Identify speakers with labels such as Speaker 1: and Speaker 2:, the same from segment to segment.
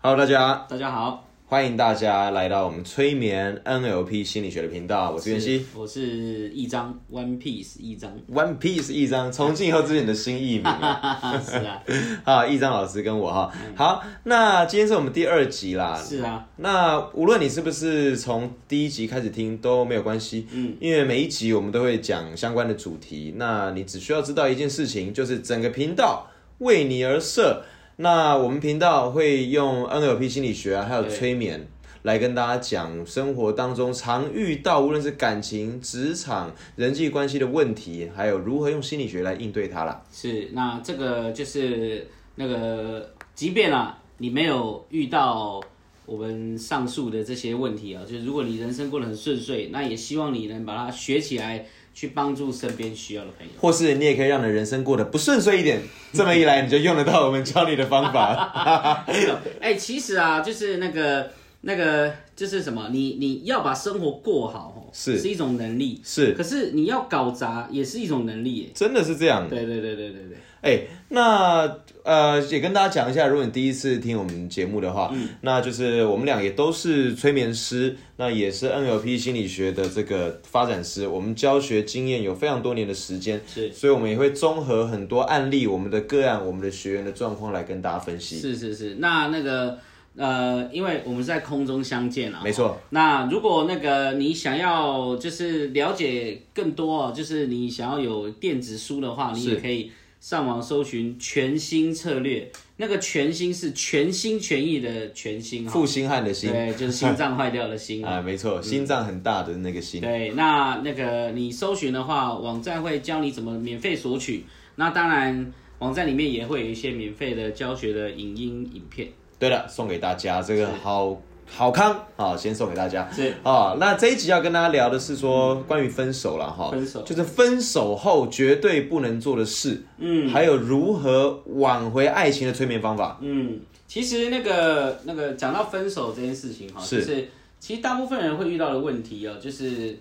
Speaker 1: Hello，大家
Speaker 2: 大家好，
Speaker 1: 欢迎大家来到我们催眠 NLP 心理学的频道，我是袁熙。
Speaker 2: 我是一张 One Piece 一张，
Speaker 1: One Piece 一张，从今以后这是你的新艺名啊！
Speaker 2: 哈哈，是啊，
Speaker 1: 啊，一张老师跟我哈。好，那今天是我们第二集啦。
Speaker 2: 是啊，
Speaker 1: 那无论你是不是从第一集开始听都没有关系，嗯，因为每一集我们都会讲相关的主题。那你只需要知道一件事情，就是整个频道为你而设。那我们频道会用 NLP 心理学啊，还有
Speaker 2: 对
Speaker 1: 催眠来跟大家讲生活当中常遇到，无论是感情、职场、人际关系的问题，还有如何用心理学来应对它
Speaker 2: 嗯
Speaker 1: 啦。
Speaker 2: 是。那这个就是那个，即便啊，你没有遇到我们上述的这些问题啊，就是如果你人生过得很顺遂，那也希望你能把它学起来，去帮助身边需要的朋友。
Speaker 1: 或是你也可以让你的人生过得不顺遂一点，这么一来你就用得到我们教你的方法。
Speaker 2: 哎、其实啊，就是那个那个，就是什么，你你要把生活过好哦，
Speaker 1: 是
Speaker 2: 是一种能力，
Speaker 1: 是，
Speaker 2: 可是你要搞砸也是一种能力耶。
Speaker 1: 真的是这样。
Speaker 2: 对对对对对对。
Speaker 1: 哎、那呃，也跟大家讲一下，如果你第一次听我们节目的话，
Speaker 2: 嗯
Speaker 1: 那就是我们俩也都是催眠师，那也是 NLP 心理学的这个发展师，我们教学经验有非常多年的时间，
Speaker 2: 是
Speaker 1: 所以我们也会综合很多案例、我们的个案、我们的学员的状况来跟大家分析。
Speaker 2: 是是是，那那个呃，因为我们是在空中相见啊，
Speaker 1: 没错，
Speaker 2: 那如果那个你想要就是了解更多哦，就是你想要有电子书的话，你
Speaker 1: 是
Speaker 2: 也可以上网搜寻全新策略。那个全新是全心全意的全新哈、
Speaker 1: 负心汉的心
Speaker 2: 对，就是心脏坏掉的心啊。
Speaker 1: 啊，没错，心脏很大的那个 心。
Speaker 2: 对，那那个你搜寻的话，网站会教你怎么免费索取。那当然，网站里面也会有一些免费的教学的影音影片。
Speaker 1: 对了，送给大家这个好好康啊，先送给大家。
Speaker 2: 是嗯
Speaker 1: 啊，那这一集要跟大家聊的是说关于分手了哈，
Speaker 2: 分手
Speaker 1: 就是分手后绝对不能做的事，嗯，还有如何挽回爱情的催眠方法，
Speaker 2: 嗯，其实那个那个讲到分手这件事情哈，
Speaker 1: 是
Speaker 2: 就是其实大部分人会遇到的问题哦，就是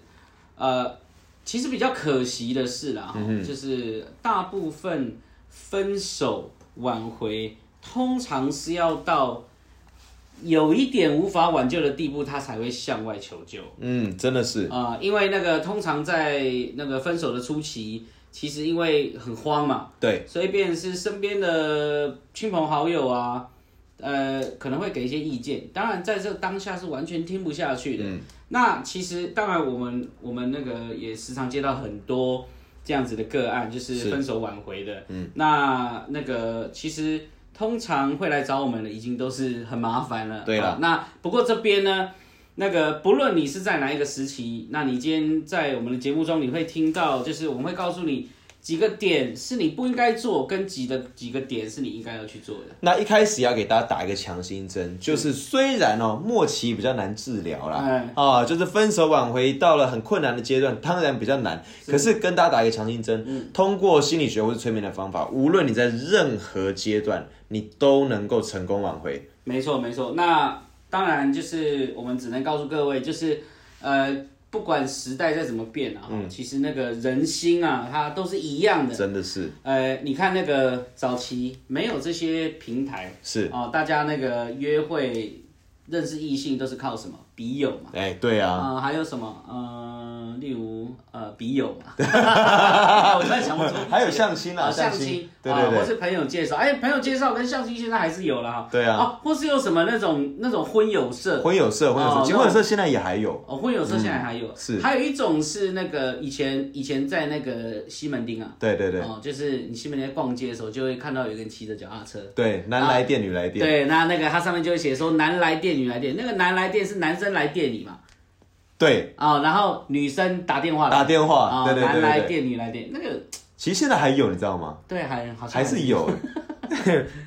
Speaker 2: 呃，其实比较可惜的是啦，哈，就是大部分分手挽回通常是要到有一点无法挽救的地步，他才会向外求救。
Speaker 1: 嗯，真的是
Speaker 2: 啊、因为那个通常在那个分手的初期，其实因为很慌嘛，
Speaker 1: 对，
Speaker 2: 所以便是身边的亲朋好友啊，呃，可能会给一些意见。当然，在这当下是完全听不下去的。
Speaker 1: 嗯
Speaker 2: 那其实，当然我们我们那个也时常接到很多这样子的个案，就是
Speaker 1: 是
Speaker 2: 分手挽回的。嗯，那那个其实通常会来找我们的，已经都是很麻烦了。
Speaker 1: 对了
Speaker 2: 啊那不过这边呢？那个，不论你是在哪一个时期，那你今天在我们的节目中，你会听到，就是我们会告诉你几个点是你不应该做，跟几的几个点是你应该要去做的。
Speaker 1: 那一开始要给大家打一个强心
Speaker 2: 嗯
Speaker 1: 针，就是虽然哦末期比较难治疗啦，
Speaker 2: 哎
Speaker 1: 啊，就是分手挽回到了很困难的阶段，当然比较难，可是跟大家打一个强心针，
Speaker 2: 嗯
Speaker 1: 通过心理学或是催眠的方法，无论你在任何阶段，你都能够成功挽回。
Speaker 2: 没错，没错。那当然就是我们只能告诉各位，就是呃，不管时代再怎么变啊，其实那个人心啊，它都是一样的。
Speaker 1: 真的是
Speaker 2: 呃，你看那个早期没有这些平台，
Speaker 1: 是，
Speaker 2: 哦，大家那个约会、认识异性都是靠什么笔友嘛。
Speaker 1: 哎、对啊，
Speaker 2: 啊、还有什么？呃，例如呃，笔友 嘛，哎我突然想不出。
Speaker 1: 还有相亲啊
Speaker 2: 呃相
Speaker 1: 相亲
Speaker 2: 亲，
Speaker 1: 对
Speaker 2: 啊
Speaker 1: 对对
Speaker 2: 或是朋友介绍，哎，朋友介绍跟相亲现在还是有了哈。
Speaker 1: 对啊
Speaker 2: 哦，或是有什么那种那种婚友社，
Speaker 1: 婚友社，婚友社，
Speaker 2: 哦
Speaker 1: 其实
Speaker 2: 那
Speaker 1: 婚友社现在也还有，
Speaker 2: 哦，婚友社现在还有，
Speaker 1: 嗯是
Speaker 2: 还有一种是那个以前以前在那个西门町啊，
Speaker 1: 对对对、
Speaker 2: 哦，就是你西门町在逛街的时候，就会看到有一个人骑着脚踏车。
Speaker 1: 对，男来电，女来电，
Speaker 2: 对，那那个它上面就会写说男来电女来电，那个男来电是男生来电你嘛，
Speaker 1: 对，
Speaker 2: 哦，然后女生打电话来
Speaker 1: 打电话，
Speaker 2: 啊，
Speaker 1: 对对对
Speaker 2: 男
Speaker 1: 对
Speaker 2: 来
Speaker 1: 对，
Speaker 2: 电女来电，那个
Speaker 1: 其实现在还有，你知道吗？
Speaker 2: 对还好像
Speaker 1: 还是 有，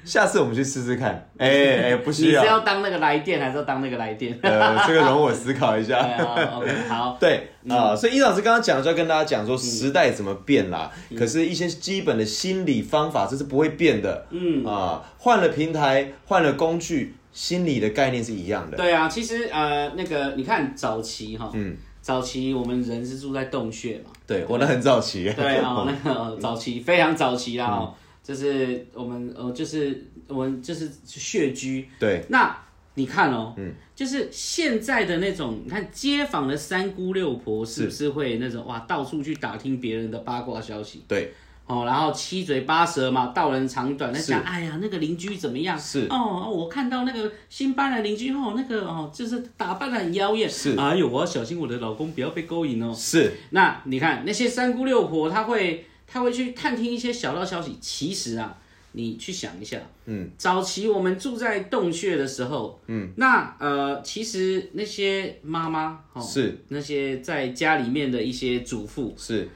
Speaker 1: 下次我们去试试看。哎、哎、 不
Speaker 2: 你
Speaker 1: 需
Speaker 2: 是
Speaker 1: 要，
Speaker 2: 要当那个来电还是要当那个 来电？
Speaker 1: 呃，这个容我思考一
Speaker 2: 对
Speaker 1: 下。
Speaker 2: 啊，OK，好，嗯
Speaker 1: 对啊、所以易老师刚刚讲就要跟大家讲说时代怎么变啦，
Speaker 2: 嗯
Speaker 1: 可是一些基本的心理方法这是不会变的。嗯啊、换了平台，换了工具，心理的概念是一样的。
Speaker 2: 对啊，其实呃那个你看早期哈，嗯，早期我们人是住在洞穴嘛，
Speaker 1: 对，我那很早期。
Speaker 2: 对 啊、哦，那个早期非常早期啦、
Speaker 1: 嗯
Speaker 2: 哦，就是我们呃，就是我们就是穴居。
Speaker 1: 对，
Speaker 2: 那你看哦，嗯，就是现在的那种，你看街坊的三姑六婆是不是会那种哇，到处去打听别人的八卦消息？
Speaker 1: 对，
Speaker 2: 哦，然后七嘴八舌嘛，道人长短，在
Speaker 1: 是
Speaker 2: 讲哎呀那个邻居怎么样？
Speaker 1: 是
Speaker 2: 哦哦，我看到那个新搬来邻居哦，那个哦就是打扮的很妖艳，
Speaker 1: 是
Speaker 2: 哎呦，我要小心我的老公不要被勾引哦。
Speaker 1: 是
Speaker 2: 那你看那些三姑六婆，她会她会去探听一些小道消息。其实啊，你去想一下，嗯，早期我们住在洞穴的时候，嗯，那呃，其实那些妈妈哦，
Speaker 1: 是
Speaker 2: 那些在家里面的一些主妇，
Speaker 1: 是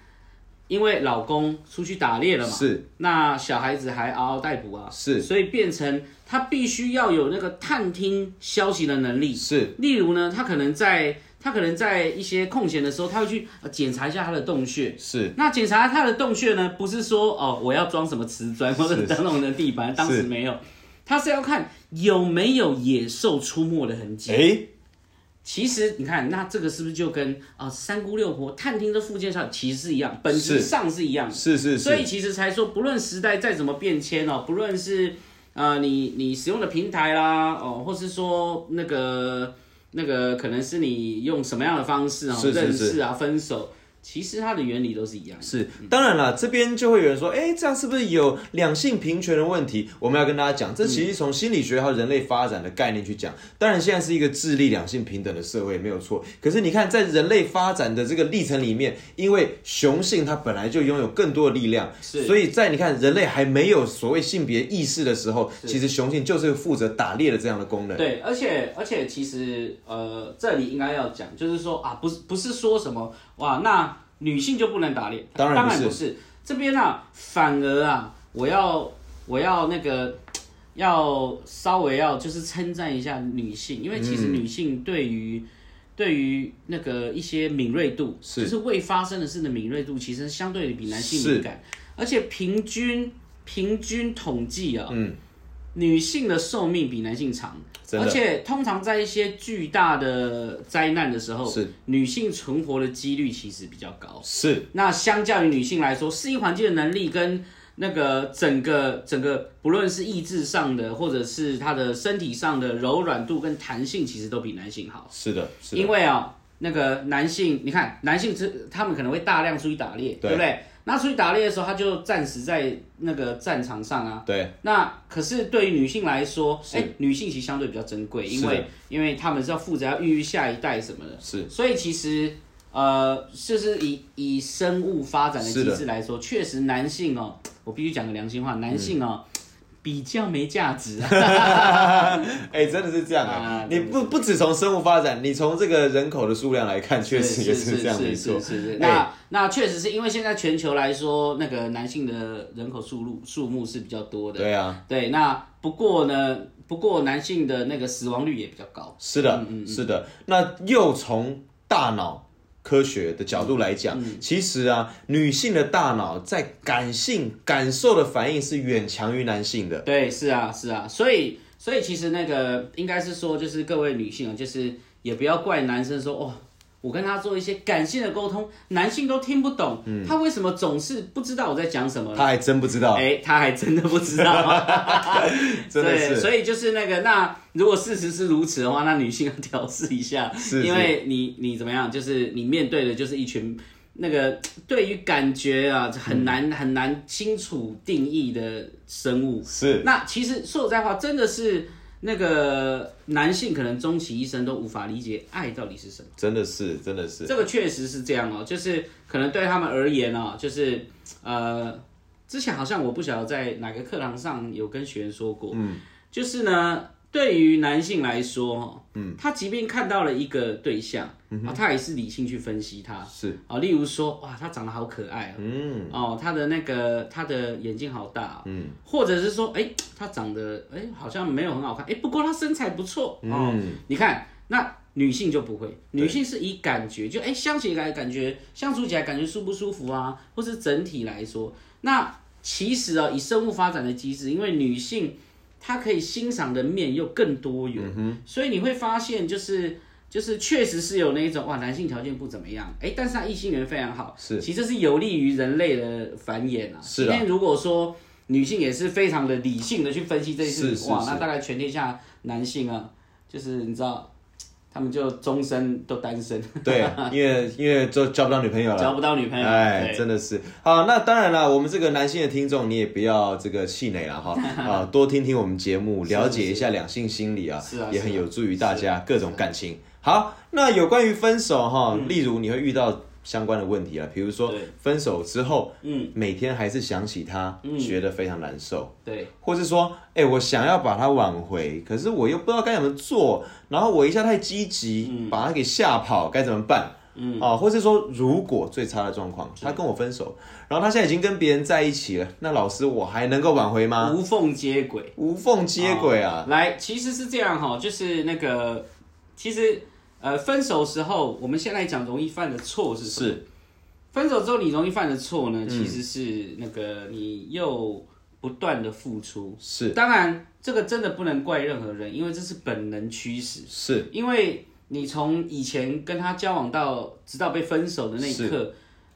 Speaker 2: 因为老公出去打猎了嘛，
Speaker 1: 是
Speaker 2: 那小孩子还嗷嗷待哺啊，
Speaker 1: 是
Speaker 2: 所以变成他必须要有那个探听消息的能力。
Speaker 1: 是
Speaker 2: 例如呢，他可能在他可能在一些空闲的时候，他会去呃检查一下他的洞穴。
Speaker 1: 是
Speaker 2: 那检查他的洞穴呢，不是说哦我要装什么瓷砖或者
Speaker 1: 是
Speaker 2: 当那种的地板，当时没有，他是要看有没有野兽出没的痕迹。
Speaker 1: 哎，
Speaker 2: 其实你看，那这个是不是就跟啊、呃三姑六婆探听这附件上其实是一样，本质
Speaker 1: 是
Speaker 2: 上是一样的。
Speaker 1: 是是
Speaker 2: 所以
Speaker 1: 是
Speaker 2: 其实才说，不论时代再怎么变迁哦，不论是呃你你使用的平台啦，哦，或是说那个那个可能是你用什么样的方式哦
Speaker 1: 是是
Speaker 2: 认
Speaker 1: 是
Speaker 2: 识啊分手，其实它的原理都是一样的。
Speaker 1: 是，当然了，这边就会有人说，哎，这样是不是有两性平权的问题？我们要跟大家讲，这
Speaker 2: 嗯
Speaker 1: 其实从心理学还有人类发展的概念去讲。当然，现在是一个智力两性平等的社会，没有错。可是你看，在人类发展的这个历程里面，因为雄性它本来就拥有更多的力量，
Speaker 2: 是
Speaker 1: 所以在你看人类还没有所谓性别意识的时候，其实雄性就是负责打猎的这样的功能。
Speaker 2: 对，而且而且其实呃，这里应该要讲，就是说啊，不是不是说什么哇，那女性就不能打猎，
Speaker 1: 当然
Speaker 2: 当
Speaker 1: 不
Speaker 2: 然
Speaker 1: 是
Speaker 2: 不是，这边啊，反而啊，我要我要那个要稍微要就是称赞一下女性，因为其
Speaker 1: 嗯
Speaker 2: 实女性对于、对于那个一些敏锐度，
Speaker 1: 是
Speaker 2: 就是未发生的事的敏锐度，其实相对比男性
Speaker 1: 是
Speaker 2: 敏感，而且平均平均统计啊，嗯，女性的寿命比男性长，
Speaker 1: 真的
Speaker 2: 而且通常在一些巨大的灾难的时候，
Speaker 1: 是
Speaker 2: 女性存活的几率其实比较高。
Speaker 1: 是
Speaker 2: 那相较于女性来说，适应环境的能力跟那个整个整个，不论是意志上的，或者是她的身体上的柔软度跟弹性，其实都比男性好。
Speaker 1: 是的，是的，
Speaker 2: 因为啊、那个男性，你看男性是他们可能会大量出去打猎，
Speaker 1: 对
Speaker 2: 对不对？那出去打猎的时候，他就暂时在那个战场上啊。
Speaker 1: 对，
Speaker 2: 那可是对于女性来说，
Speaker 1: 是
Speaker 2: 哎、女性其实相对比较珍贵，
Speaker 1: 是
Speaker 2: 因
Speaker 1: 的
Speaker 2: 为因为他们是要负责要孕育下一代什么的，
Speaker 1: 是
Speaker 2: 所以其实呃，就是以以生物发展的机
Speaker 1: 是的嗯
Speaker 2: 制来说，确实男性哦，我必须讲个良心话，男性哦、比较没价 值啊，
Speaker 1: 哎、真的是这样啊！
Speaker 2: 啊
Speaker 1: 你
Speaker 2: 真的
Speaker 1: 不不只从生物发展，你从这个人口的数量来看，确实也
Speaker 2: 是
Speaker 1: 这样，没
Speaker 2: 是
Speaker 1: 错
Speaker 2: 是。是是。
Speaker 1: 哎
Speaker 2: 那那确实是因为现在全球来说，那个男性的人口数目数目是比较多的，
Speaker 1: 对啊，
Speaker 2: 对。那不过呢，不过男性的那个死亡率也比较高。嗯
Speaker 1: 是的，是的。那又从大脑科学的角度来讲，
Speaker 2: 嗯
Speaker 1: 其实啊，女性的大脑在感性感受的反应是远强于男性的。
Speaker 2: 对，是啊，是啊，所以所以其实那个应该是说，就是各位女性啊，就是也不要怪男生说哦。我跟他做一些感性的沟通，男性都听不懂，
Speaker 1: 嗯
Speaker 2: 他为什么总是不知道我在讲什么？
Speaker 1: 他还真不知道，
Speaker 2: 嗯哎、他还真的不知道，
Speaker 1: 真的
Speaker 2: 对，
Speaker 1: 是
Speaker 2: 所以就是那个，那如果事实是如此的话，那女性要调试一下，
Speaker 1: 是
Speaker 2: 因为你你怎么样，就是你面对的就是一群那个对于感觉啊很难、很难清楚定义的生物，
Speaker 1: 是
Speaker 2: 那其实说实在话，真的是那个男性可能终其一生都无法理解爱到底是什么。
Speaker 1: 真的是真的是
Speaker 2: 这个确实是这样哦，就是可能对他们而言哦，就是呃，之前好像我不晓得在哪个课堂上有跟学员说过，嗯，就是呢，对于男性来说、哦，嗯，他即便看到了一个对象，啊，他也是理性去分析他，
Speaker 1: 是
Speaker 2: 啊，例如说，哇，他长得好可爱哦，嗯，哦，他的那个他的眼睛好大、嗯，或者是说，哎、他长得哎、好像没有很好看，哎、不过他身材不错，哦，
Speaker 1: 嗯
Speaker 2: 你看那。女性就不会，女性是以感觉，就哎、相起来感觉相处起来感觉舒不舒服啊，或是整体来说，那其实啊、以生物发展的机制，因为女性她可以欣赏的面又更多元，
Speaker 1: 嗯
Speaker 2: 所以你会发现就是就是确实是有那一种哇，男性条件不怎么样，哎，但是他异性缘非常好，
Speaker 1: 是
Speaker 2: 其实这是有利于人类的繁衍啊。
Speaker 1: 是啊
Speaker 2: 今天如果说女性也是非常的理性的去分析这件事
Speaker 1: 是
Speaker 2: 情，
Speaker 1: 是
Speaker 2: 哇，
Speaker 1: 是
Speaker 2: 那大概全天下男性啊。就是你知道，他们就终身都单身，
Speaker 1: 对，因为因为就交不到女朋友了。
Speaker 2: 交不到女朋友。
Speaker 1: 哎，
Speaker 2: 对
Speaker 1: 真的是好。那当然啦，我们这个男性的听众，你也不要这个气馁了 哈，啊，多听听我们节目，
Speaker 2: 是是
Speaker 1: 了解一下两性心理啊，
Speaker 2: 是啊
Speaker 1: 也很
Speaker 2: 是啊啊
Speaker 1: 有助于大家各种感情。好，那有关于分手哈，例如你会遇到相关的问题啊，比如说
Speaker 2: 嗯对
Speaker 1: 分手之后，
Speaker 2: 嗯，
Speaker 1: 每天还是想起他，觉得非常难受。
Speaker 2: 对，
Speaker 1: 或是说，哎、我想要把他挽回，可是我又不知道该怎么做，然后我一下太积极，
Speaker 2: 嗯
Speaker 1: 把他给吓跑，该怎么办？嗯，啊，或是说，如果最差的状况，他跟我分手，然后他现在已经跟别人在一起了，那老师我还能够挽回吗？
Speaker 2: 无缝接轨。
Speaker 1: 无缝接轨啊，
Speaker 2: 来，其实是这样哈，就是那个，其实呃，分手时候，我们先来讲容易犯的错是什么？分手之后你容易犯的错
Speaker 1: 嗯
Speaker 2: 呢，其实是那个你又不断的付出。
Speaker 1: 是
Speaker 2: 当然，这个真的不能怪任何人，因为这是本能驱使。
Speaker 1: 是
Speaker 2: 因为你从以前跟他交往到直到被分手的那一刻，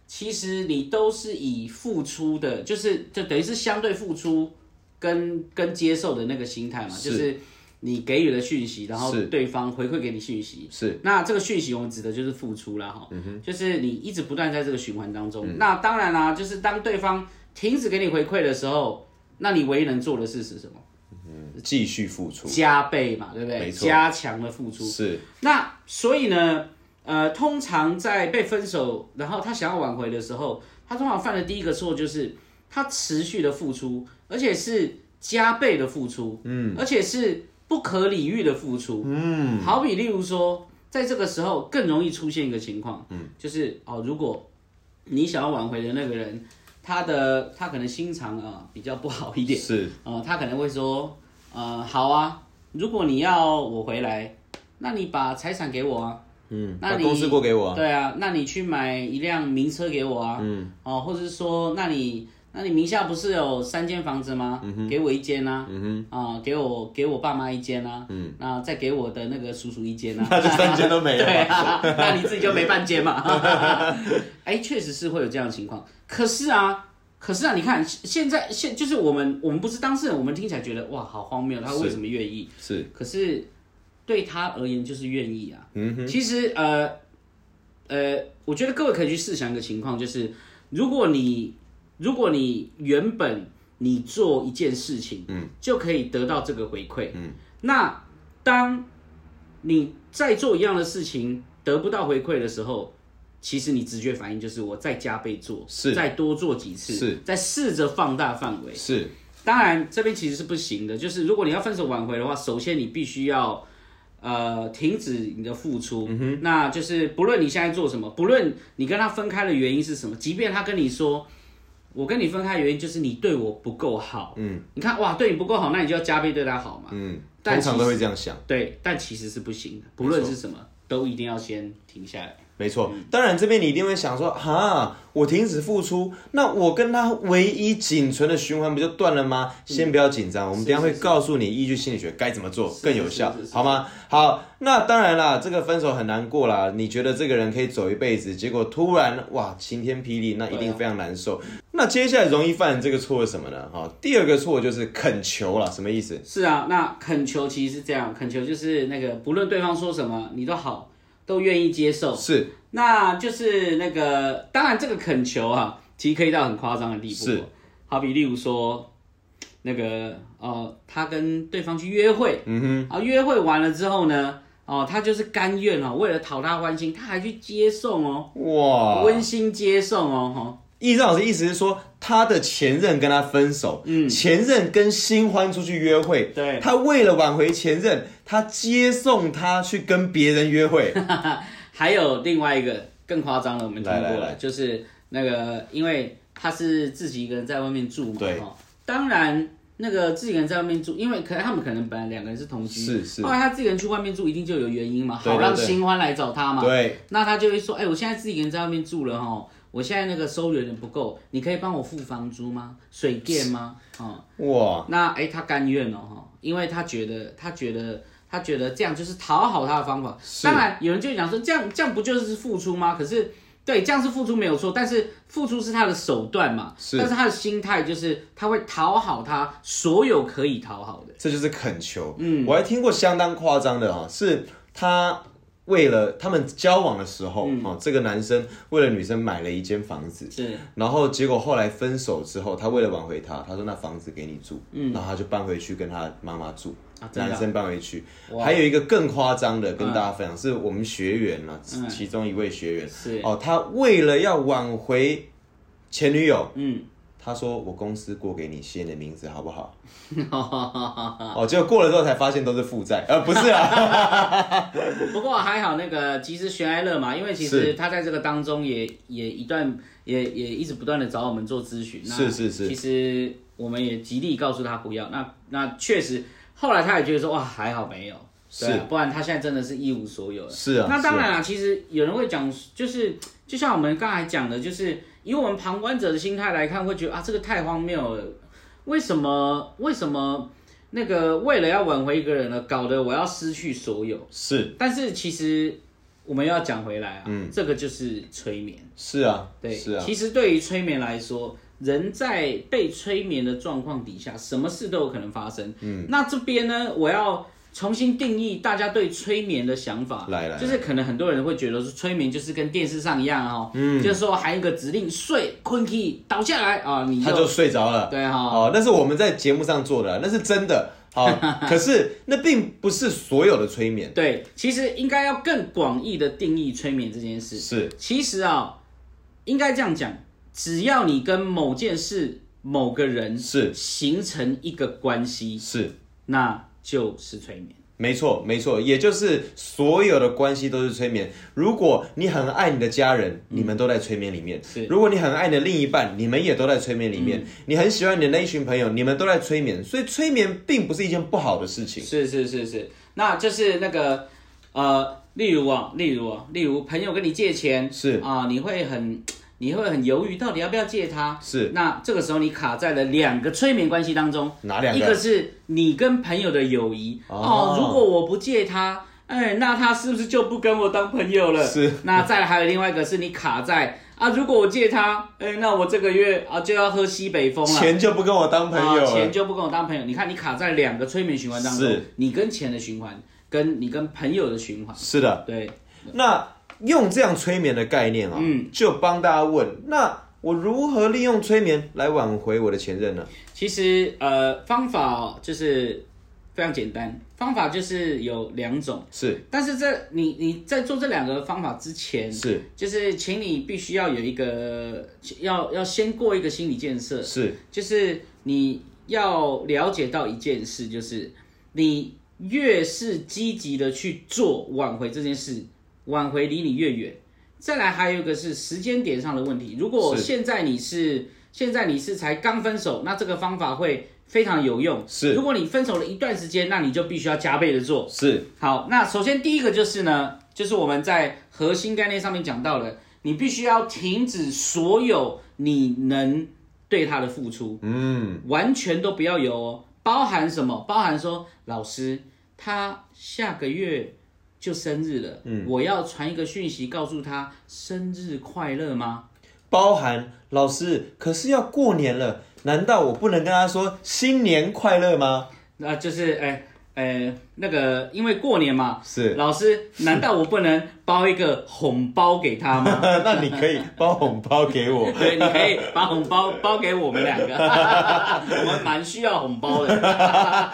Speaker 2: 其实你都是以付出的，就是就等于是相对付出跟跟接受的那个心态嘛，
Speaker 1: 是
Speaker 2: 就是你给予的讯息，然后
Speaker 1: 是
Speaker 2: 对方回馈给你讯息。
Speaker 1: 是嗯
Speaker 2: 那这个讯息我们指的就是付出啦，哈、就是你一直不断在这个循环当中。那当然啦、就是当对方停止给你回馈的时候，那你唯一能做的事是什么？
Speaker 1: 嗯继续付出，
Speaker 2: 加倍嘛，对不对？
Speaker 1: 没错
Speaker 2: 加强了付出。
Speaker 1: 是
Speaker 2: 那所以呢，呃，通常在被分手，然后他想要挽回的时候，他通常犯的第一个错就是他持续的付出，而且是加倍的付出，嗯，而且是不可理喻的付出，嗯，好比例如说，在这个时候更容易出现一个情况，嗯，就是哦，如果你想要挽回的那个人，他的他可能心肠啊、呃比较不好一点。
Speaker 1: 是
Speaker 2: 呃，他可能会说，呃，好啊，如果你要我回来，那你把财产给我啊，
Speaker 1: 嗯，
Speaker 2: 那
Speaker 1: 把
Speaker 2: 你
Speaker 1: 公司过给我啊，
Speaker 2: 对啊，那你去买一辆名车给我啊，嗯，哦，或者是说，那你那你名下不是有三间房子吗？给我一间啊，嗯哼，啊、给我给我爸妈一间啊，嗯，那再给我的那个叔叔一间啊，
Speaker 1: 那就三间都没了
Speaker 2: 对啊，那你自己就没半间嘛， 哎、确实是会有这样的情况，可是啊。可是啊，你看现在现就是我们我们不是当事人，我们听起来觉得哇好荒谬，他为什么愿意？
Speaker 1: 是
Speaker 2: 可是对他而言就是愿意啊。嗯哼，其实呃呃，我觉得各位可以去试想一个情况，就是如果你如果你原本你做一件事情，嗯，就可以得到这个回馈，嗯，那当你再做一样的事情得不到回馈的时候。其实你直觉反应就是我再加倍做，
Speaker 1: 是
Speaker 2: 再多做几次，
Speaker 1: 是
Speaker 2: 再试着放大范围，
Speaker 1: 是
Speaker 2: 当然，这边其实是不行的。就是如果你要分手挽回的话，首先你必须要呃停止你的付出。
Speaker 1: 嗯
Speaker 2: 那就是不论你现在做什么，不论你跟他分开的原因是什么，即便他跟你说。我跟你分开的原因就是你对我不够好，嗯，你看哇，对你不够好，那你就要加倍对他好嘛，
Speaker 1: 嗯，
Speaker 2: 但
Speaker 1: 通常都
Speaker 2: 其
Speaker 1: 会这样想。
Speaker 2: 对，但其实是不行的，
Speaker 1: 没错
Speaker 2: 不论是什么，都一定要先停下来，
Speaker 1: 没错，
Speaker 2: 嗯
Speaker 1: 当然这边你一定会想说，哈，我停止付出，那我跟他唯一仅存的循环不就断了吗？
Speaker 2: 嗯
Speaker 1: 先不要紧张，我们
Speaker 2: 是
Speaker 1: 等一下会
Speaker 2: 是是
Speaker 1: 告诉你依据心理学该怎么做
Speaker 2: 是
Speaker 1: 更有效
Speaker 2: 是是，是
Speaker 1: 好吗？好，那当然啦，这个分手很难过啦，你觉得这个人可以走一辈子，结果突然哇晴天霹雳，那一定非常难受。
Speaker 2: 啊
Speaker 1: 那接下来容易犯这个错是什么呢？哈、第二个错就是恳求啦，什么意思？
Speaker 2: 是啊，那恳求其实是这样，恳求就是那个不论对方说什么，你都好，都愿意接受，
Speaker 1: 是
Speaker 2: 那就是那个，当然这个恳求啊，其实可以到很夸张的地步哦。
Speaker 1: 是
Speaker 2: 好比例如说，那个呃，他跟对方去约会，嗯哼，啊，约会完了之后呢，哦、他就是甘愿哦，为了讨他欢心，他还去接送哦，
Speaker 1: 哇，
Speaker 2: 温馨接送哦，哈，
Speaker 1: 易正老师意思是说，他的前任跟他分手，嗯，前任跟新欢出去约会，
Speaker 2: 对
Speaker 1: 他为了挽回前任，他接送他去跟别人约会，
Speaker 2: 还有另外一个更夸张的，我们听过
Speaker 1: 来来
Speaker 2: 了，
Speaker 1: 来
Speaker 2: 就是那个，因为他是自己一个人在外面住嘛，
Speaker 1: 对
Speaker 2: 哦，当然。那个自己一个人在外面住，因为可能他们可能本来两个人是同居，
Speaker 1: 是是
Speaker 2: 后来他自己一个人去外面住，一定就有原因嘛，
Speaker 1: 对
Speaker 2: 好
Speaker 1: 对
Speaker 2: 让
Speaker 1: 对
Speaker 2: 新欢来找他嘛。
Speaker 1: 对，
Speaker 2: 那他就会说，哎、我现在自己一个人在外面住了哈，我现在那个收入有点不够，你可以帮我付房租吗？水电吗？
Speaker 1: 嗯
Speaker 2: 哦，
Speaker 1: 哇，
Speaker 2: 那哎、他甘愿哦哈，因为他觉得他觉得他觉得这样就是讨好他的方法。
Speaker 1: 是
Speaker 2: 当然，有人就会讲说，这样这样不就是付出吗？可是对，这样是付出没有错，但是付出是他的手段嘛，
Speaker 1: 是
Speaker 2: 但是他的心态就是他会讨好他所有可以讨好的，
Speaker 1: 这就是恳求。嗯，我还听过相当夸张的啊，是他为了他们交往的时候，哦，这个男生为了女生买了一间房子，
Speaker 2: 是
Speaker 1: 然后结果后来分手之后，他为了挽回她，他说那房子给你住，嗯，然后他就搬回去跟他妈妈住，
Speaker 2: 啊 真的啊
Speaker 1: 男生搬回去。还有一个更夸张的，跟大家分享，是我们学员啊，其中一位学员
Speaker 2: 嗯是
Speaker 1: 哦，他为了要挽回前女友，
Speaker 2: 嗯，
Speaker 1: 他说我公司过给你写你的名字好不好？
Speaker 2: 啊
Speaker 1: 哦，结果过了之后才发现都是负债，呃，不是啊，
Speaker 2: 不过还好那个及时悬崖勒马，因为其实
Speaker 1: 是
Speaker 2: 他在这个当中也也一段也也一直不断的找我们做咨询，那
Speaker 1: 是是是
Speaker 2: 其实我们也极力告诉他不要，那那确实后来他也觉得说哇还好没有，对啊
Speaker 1: 是
Speaker 2: 不然他现在真的是一无所有了。
Speaker 1: 是啊，
Speaker 2: 那当
Speaker 1: 是啊
Speaker 2: 然啦，其实有人会讲，就是就像我们刚才讲的，就是以我们旁观者的心态来看，会觉得啊，这个太荒谬了，为什么为什么那个为了要挽回一个人呢，搞得我要失去所 有？
Speaker 1: 是
Speaker 2: 但是其实我们又要讲回来啊，这个就是催眠。
Speaker 1: 是啊，
Speaker 2: 对，
Speaker 1: 嗯是啊，
Speaker 2: 其实对于催眠来说，人在被催眠的状况底下，什么事都有可能发生。嗯，那这边呢，我要重新定义大家对催眠的想法。
Speaker 1: 来来
Speaker 2: 就是可能很多人会觉得说，催眠就是跟电视上一样哦，嗯，就是说喊一个指令，睡，困起，倒下来啊，你
Speaker 1: 他就睡着了。
Speaker 2: 对哈、
Speaker 1: 哦，那是我们在节目上做的，那是真的。好、 可是那并不是所有的催眠，
Speaker 2: 对，其实应该要更广义的定义催眠这件事。
Speaker 1: 是
Speaker 2: 其实啊、应该这样讲，只要你跟某件事、某个人
Speaker 1: 是
Speaker 2: 形成一个关系，
Speaker 1: 是，
Speaker 2: 那就是催眠。
Speaker 1: 没错没错，也就是所有的关系都是催眠。如果你很爱你的家人，你们都在催眠里面；
Speaker 2: 嗯是嗯
Speaker 1: 如果你很爱你的另一半，你们也都在催眠里面；你很喜欢你的那一群朋友，你们都在催眠。所以催眠并不是一件不好的事情。
Speaker 2: 是是是是，那就是那个呃，例如啊，例如啊，例如朋友跟你借钱
Speaker 1: 是
Speaker 2: 啊、你会很你会很犹豫，到底要不要借他？
Speaker 1: 是
Speaker 2: 那这个时候你卡在了两个催眠关系当中，
Speaker 1: 哪两
Speaker 2: 一
Speaker 1: 个
Speaker 2: 个是你跟朋友的友谊哦
Speaker 1: 哦
Speaker 2: 如果我不借他，哎，那他是不是就不跟我当朋友了？
Speaker 1: 是。
Speaker 2: 那再来还有另外一个是你卡在啊，如果我借他，哎，那我这个月啊就要喝西北风了。
Speaker 1: 钱就不跟我当朋友
Speaker 2: 啊，钱
Speaker 1: 了，
Speaker 2: 就不跟我当朋友。你看，你卡在两个催眠循环当中
Speaker 1: 是，
Speaker 2: 你跟钱的循环，跟你跟朋友的循环，
Speaker 1: 是的。
Speaker 2: 对，
Speaker 1: 那用这样催眠的概念啊、
Speaker 2: 嗯
Speaker 1: 就帮大家问，那我如何利用催眠来挽回我的前任呢？
Speaker 2: 其实呃，方法哦就是非常简单，方法就是有两种，
Speaker 1: 是
Speaker 2: 但是这你你在做这两个方法之前，
Speaker 1: 是
Speaker 2: 就是请你必须要有一个要要先过一个心理建设，
Speaker 1: 是
Speaker 2: 就是你要了解到一件事，就是你越是积极的去做挽回这件事，挽回离你越远。再来还有一个是时间点上的问题，如果
Speaker 1: 是
Speaker 2: 现在你是现在你是才刚分手，那这个方法会非常有用。
Speaker 1: 是
Speaker 2: 如果你分手了一段时间，那你就必须要加倍的做。
Speaker 1: 是
Speaker 2: 好，那首先第一个就是呢，就是我们在核心概念上面讲到了，你必须要停止所有你能对他的付出，嗯，完全都不要有哦，包含什么？包含说老师他下个月就生日了，嗯，我要传一个讯息告诉他生日快乐吗？
Speaker 1: 包含老师，可是要过年了，难道我不能跟他说新年快乐吗？
Speaker 2: 那、就是哎哎、那个，因为过年嘛。
Speaker 1: 是，
Speaker 2: 老师，难道我不能包一个红包给他吗？
Speaker 1: 那你可以包红包给我。
Speaker 2: 对，你可以把红包包给我们两个， 我们蛮需要红包的。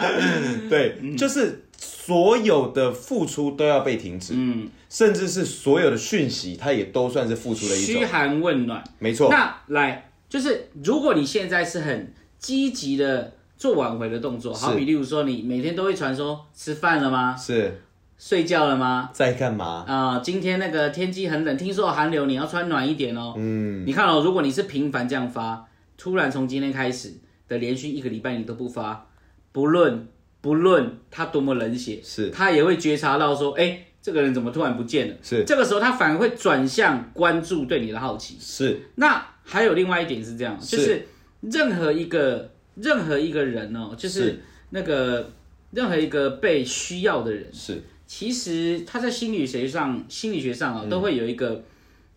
Speaker 2: 嗯
Speaker 1: 对，就是所有的付出都要被停止，嗯，甚至是所有的讯息，它也都算是付出的一
Speaker 2: 嘘
Speaker 1: 种，
Speaker 2: 寒问暖。
Speaker 1: 没错，
Speaker 2: 那来，就是如果你现在是很积极的做挽回的动作，好比例如说，你每天都会传说吃饭了吗？
Speaker 1: 是
Speaker 2: 睡觉了吗？
Speaker 1: 在干嘛？
Speaker 2: 啊、今天那个天气很冷，听说有寒流，你要穿暖一点哦。嗯，你看哦，如果你是频繁这样发，突然从今天开始的连续一个礼拜你都不发，不论不论他多么冷血，
Speaker 1: 是
Speaker 2: 他也会觉察到说，哎，这个人怎么突然不见了？
Speaker 1: 是
Speaker 2: 这个时候他反而会转向关注对你的好奇。
Speaker 1: 是
Speaker 2: 那还有另外一点是这样，
Speaker 1: 是
Speaker 2: 就是任何一个任何一个人哦，就是
Speaker 1: 是
Speaker 2: 那个任何一个被需要的人。
Speaker 1: 是嗯
Speaker 2: 其实他在心理学上，心理学上啊、都会有一个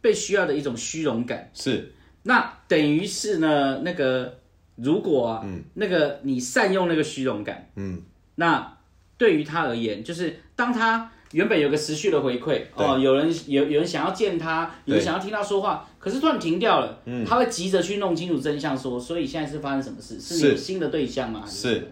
Speaker 2: 被需要的一种虚荣感。
Speaker 1: 是
Speaker 2: 那等于是呢，那个如果啊，那个你善用那个虚荣感，
Speaker 1: 嗯，
Speaker 2: 那对于他而言，就是当他原本有个持续的回馈哦，有人有有人想要见他，有人
Speaker 1: 对嗯
Speaker 2: 想要听他说话，可是突然停掉了，他会急着去弄清楚真相说所以现在是发生什么事？是你有
Speaker 1: 是
Speaker 2: 新的对象吗？还
Speaker 1: 是
Speaker 2: 什么的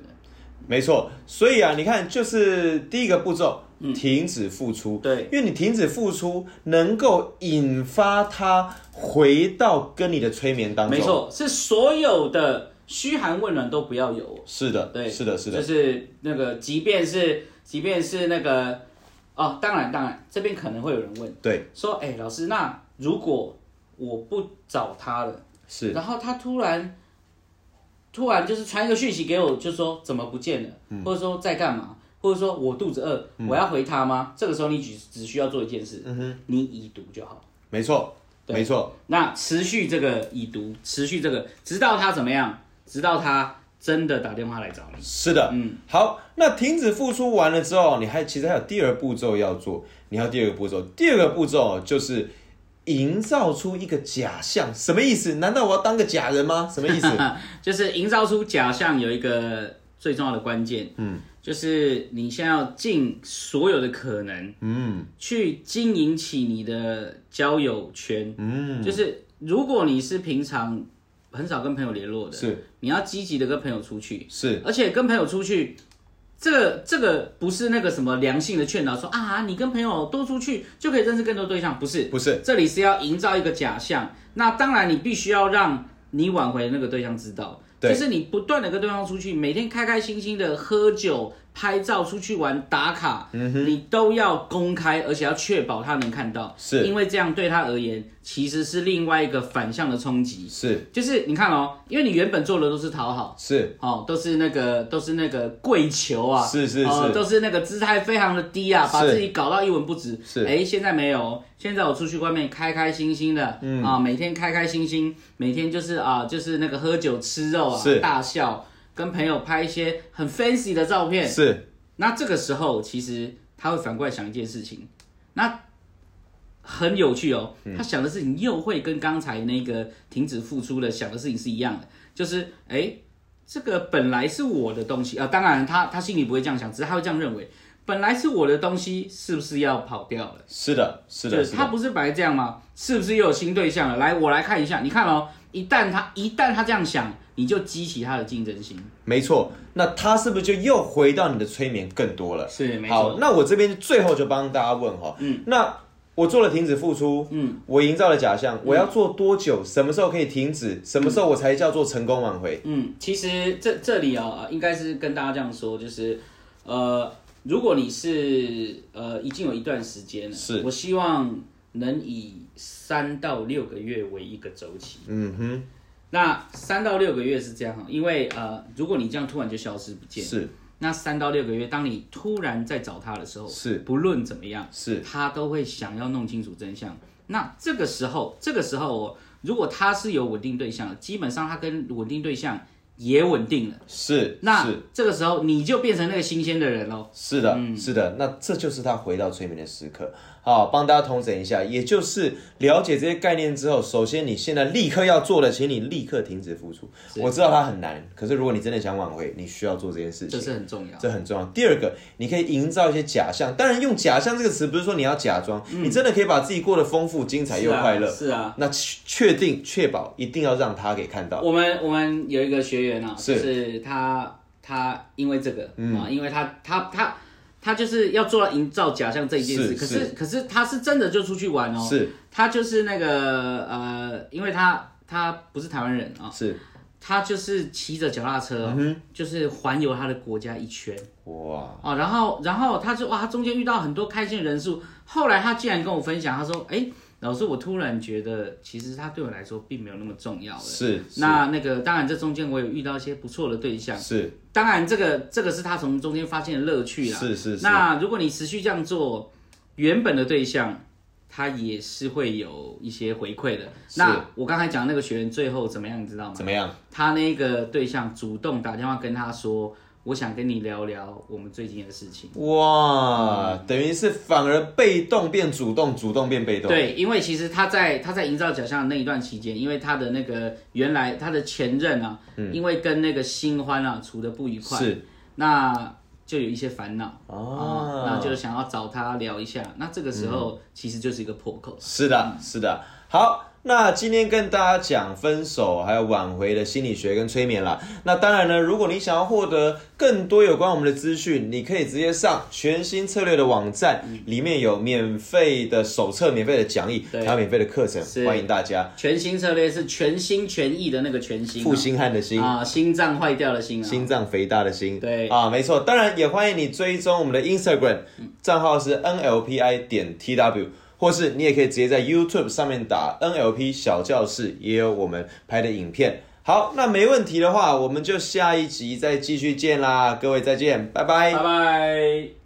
Speaker 1: 没错。所以啊，你看，就是第一个步骤，停止付出。
Speaker 2: 嗯对，
Speaker 1: 因为你停止付出，能够引发他回到跟你的催眠当中。
Speaker 2: 没，错，是所有的嘘寒问暖都不要有哦。
Speaker 1: 是的，
Speaker 2: 对，
Speaker 1: 是的，是的，
Speaker 2: 就是那个，即便是即便是那个，哦，当然当然，这边可能会有人问
Speaker 1: 对，
Speaker 2: 说，哎、老师，那如果我不找他了，
Speaker 1: 是
Speaker 2: 然后他突然突然就是传一个讯息给我，就说怎么不见了，
Speaker 1: 嗯
Speaker 2: 或者说在干嘛，或者说我肚子饿，我要回他吗？这个时候你只只需要做一件事，你已读就好。
Speaker 1: 没错，
Speaker 2: 对
Speaker 1: 没嗯错，
Speaker 2: 那持续这个已读，持续这个，直到他怎么样，直到他真的打电话来找你。
Speaker 1: 是的，嗯，好，那停止付出完了之后，你还其实还有第二步骤要做，你还有第二个步骤，第二个步骤就是营造出一个假象，什么意思？难道我要当个假人吗？什么 意思？
Speaker 2: 就是营造出假象有一个最重要的关键，嗯，就是你先要尽所有的可能，嗯，去经营起你的交友圈，嗯，就是如果你是平常很少跟朋友联络的，
Speaker 1: 是
Speaker 2: 你要积极的跟朋友出去，
Speaker 1: 是
Speaker 2: 而且跟朋友出去。这个这个不是那个什么良性的劝导，说啊，你跟朋友多出去就可以认识更多对象，不是，
Speaker 1: 不是？
Speaker 2: 这里是要营造一个假象。那当然，你必须要让你挽回的那个对象知道，
Speaker 1: 对
Speaker 2: 就是你不断的跟对方出去，每天开开心心的喝酒、拍照、出去玩、打卡，
Speaker 1: 嗯
Speaker 2: 你都要公开，而且要确保他能看到，
Speaker 1: 是
Speaker 2: 因为这样对他而言其实是另外一个反向的冲击。
Speaker 1: 是
Speaker 2: 就是你看哦，因为你原本做的都是讨好，
Speaker 1: 是
Speaker 2: 哦，都是那个都是那个跪求啊，
Speaker 1: 是是
Speaker 2: 哦
Speaker 1: 是
Speaker 2: 都是那个姿态非常的低啊，把
Speaker 1: 是
Speaker 2: 自己搞到一文不值。
Speaker 1: 是
Speaker 2: 哎，现在没有，现在我出去外面开开心心的，嗯啊，每天开开心心，每天就是啊，就是那个喝酒吃肉啊
Speaker 1: 是，
Speaker 2: 大笑，跟朋友拍一些很 fancy 的照片。
Speaker 1: 是
Speaker 2: 那这个时候，其实他会反过来想一件事情，那很有趣哦。
Speaker 1: 嗯
Speaker 2: 他想的事情又会跟刚才那个停止付出的想的事情是一样的，就是哎，这个本来是我的东西啊、呃当然他他心里不会这样想，只是他会这样认为，本来是我的东西，是不是要跑掉了？
Speaker 1: 是的，是
Speaker 2: 就
Speaker 1: 的，
Speaker 2: 是
Speaker 1: 是
Speaker 2: 他
Speaker 1: 的，
Speaker 2: 不是本来这样吗？是不是又有新对象了？来，我来看一下，你看哦，一旦他一旦他这样想，你就激起他的竞争心，
Speaker 1: 没错。那他是不是就又回到你的催眠更多了？
Speaker 2: 是没
Speaker 1: 好，
Speaker 2: 错，
Speaker 1: 那我这边最后就帮大家问哈，嗯，那我做了停止付出，嗯，我营造了假象，我要做多久？什么时候可以停止？什么时候我才叫做成功挽回？
Speaker 2: 嗯，其实这这里啊、呃应该是跟大家这样说，就是呃，如果你是呃已经有一段时间了，
Speaker 1: 是
Speaker 2: 我希望能以三到六个月为一个周期。
Speaker 1: 嗯哼，
Speaker 2: 那三到六个月是这样哈，因为呃，如果你这样突然就消失不见，
Speaker 1: 是
Speaker 2: 那三到六个月，当你突然再找他的时候，
Speaker 1: 是
Speaker 2: 不论怎么样，
Speaker 1: 是
Speaker 2: 他都会想要弄清楚真相。那这个时候，这个时候、哦，如果他是有稳定对象的，基本上他跟稳定对象也稳定了，
Speaker 1: 是，
Speaker 2: 那
Speaker 1: 是
Speaker 2: 这个时候你就变成那个新鲜的人喽。
Speaker 1: 是的，
Speaker 2: 嗯
Speaker 1: 是的，那这就是他回到催眠的时刻。好，帮大家统整一下，也就是了解这些概念之后，首先你现在立刻要做的，请你立刻停止付出。我知道它很难，可是如果你真的想挽回，你需要做这件事
Speaker 2: 这
Speaker 1: 情。
Speaker 2: 是很重要。
Speaker 1: 这很重要。第二个，你可以营造一些假象。当然，用“假象”这个词不是说你要假装，你真的可以把自己过得丰富、精彩又快乐。
Speaker 2: 嗯是啊。是啊
Speaker 1: 那确确定、确保一定要让他给看到。
Speaker 2: 我们我们有一个学员啊，
Speaker 1: 啊是嗯
Speaker 2: 就是他他因为这个、啊，因为他他他他就是要做到营造假象这一件事，
Speaker 1: 是是
Speaker 2: 可是可是他是真的就出去玩哦，
Speaker 1: 是
Speaker 2: 他就是那个呃，因为他他不是台湾人啊、
Speaker 1: 是，
Speaker 2: 他就是骑着脚踏车、哦，
Speaker 1: 嗯
Speaker 2: 就是环游他的国家一圈。
Speaker 1: 哇，
Speaker 2: 哦，然后然后他就哇，他中间遇到很多开心的人数。后来他竟然跟我分享，他说：“哎，老师，我突然觉得，其实他对我来说并没有那么重要了。
Speaker 1: 是
Speaker 2: 那那个当然，这中间我有遇到一些不错的对象。
Speaker 1: 是
Speaker 2: 当然，这个这个是他从中间发现的乐趣啊啦。
Speaker 1: 是是是，
Speaker 2: 那如果你持续这样做，原本的对象他也是会有一些回馈的。
Speaker 1: 是
Speaker 2: 那我刚才讲那个学员最后怎么样，你知道吗？
Speaker 1: 怎么样？
Speaker 2: 他那个对象主动打电话跟他说：“我想跟你聊聊我们最近的事情。
Speaker 1: 哇，等于是反而被动变主动，主动变被动。
Speaker 2: 对，因为其实他在他在营造假象的那一段期间，因为他的那个原来他的前任啊，因为跟那个新欢啊处的不愉
Speaker 1: 嗯
Speaker 2: 快，
Speaker 1: 是
Speaker 2: 那就有一些烦恼
Speaker 1: 啊嗯
Speaker 2: 那就想要找他聊一下。那这个时候其实就是一个破口。
Speaker 1: 是的，是的。好，那今天跟大家讲分手还有挽回的心理学跟催眠啦。那当然呢，如果你想要获得更多有关我们的资讯，你可以直接上全新策略的网站，
Speaker 2: 嗯
Speaker 1: 里面有免费的手册、免费的讲义，
Speaker 2: 对
Speaker 1: 还有免费的课程，
Speaker 2: 是
Speaker 1: 欢迎大家。
Speaker 2: 全新策略是全心全意的那个全心、啊，
Speaker 1: 负心汉的心。
Speaker 2: 啊，心脏坏掉了心啊，
Speaker 1: 心脏肥大的心，
Speaker 2: 对
Speaker 1: 啊，没错。当然也欢迎你追踪我们的 Instagram 账号是 NLPI 点 TW，或是你也可以直接在 YouTube 上面打 NLP 小教室，也有我们拍的影片。好，那没问题的话，我们就下一集再继续见啦，各位再见，拜拜
Speaker 2: 拜拜。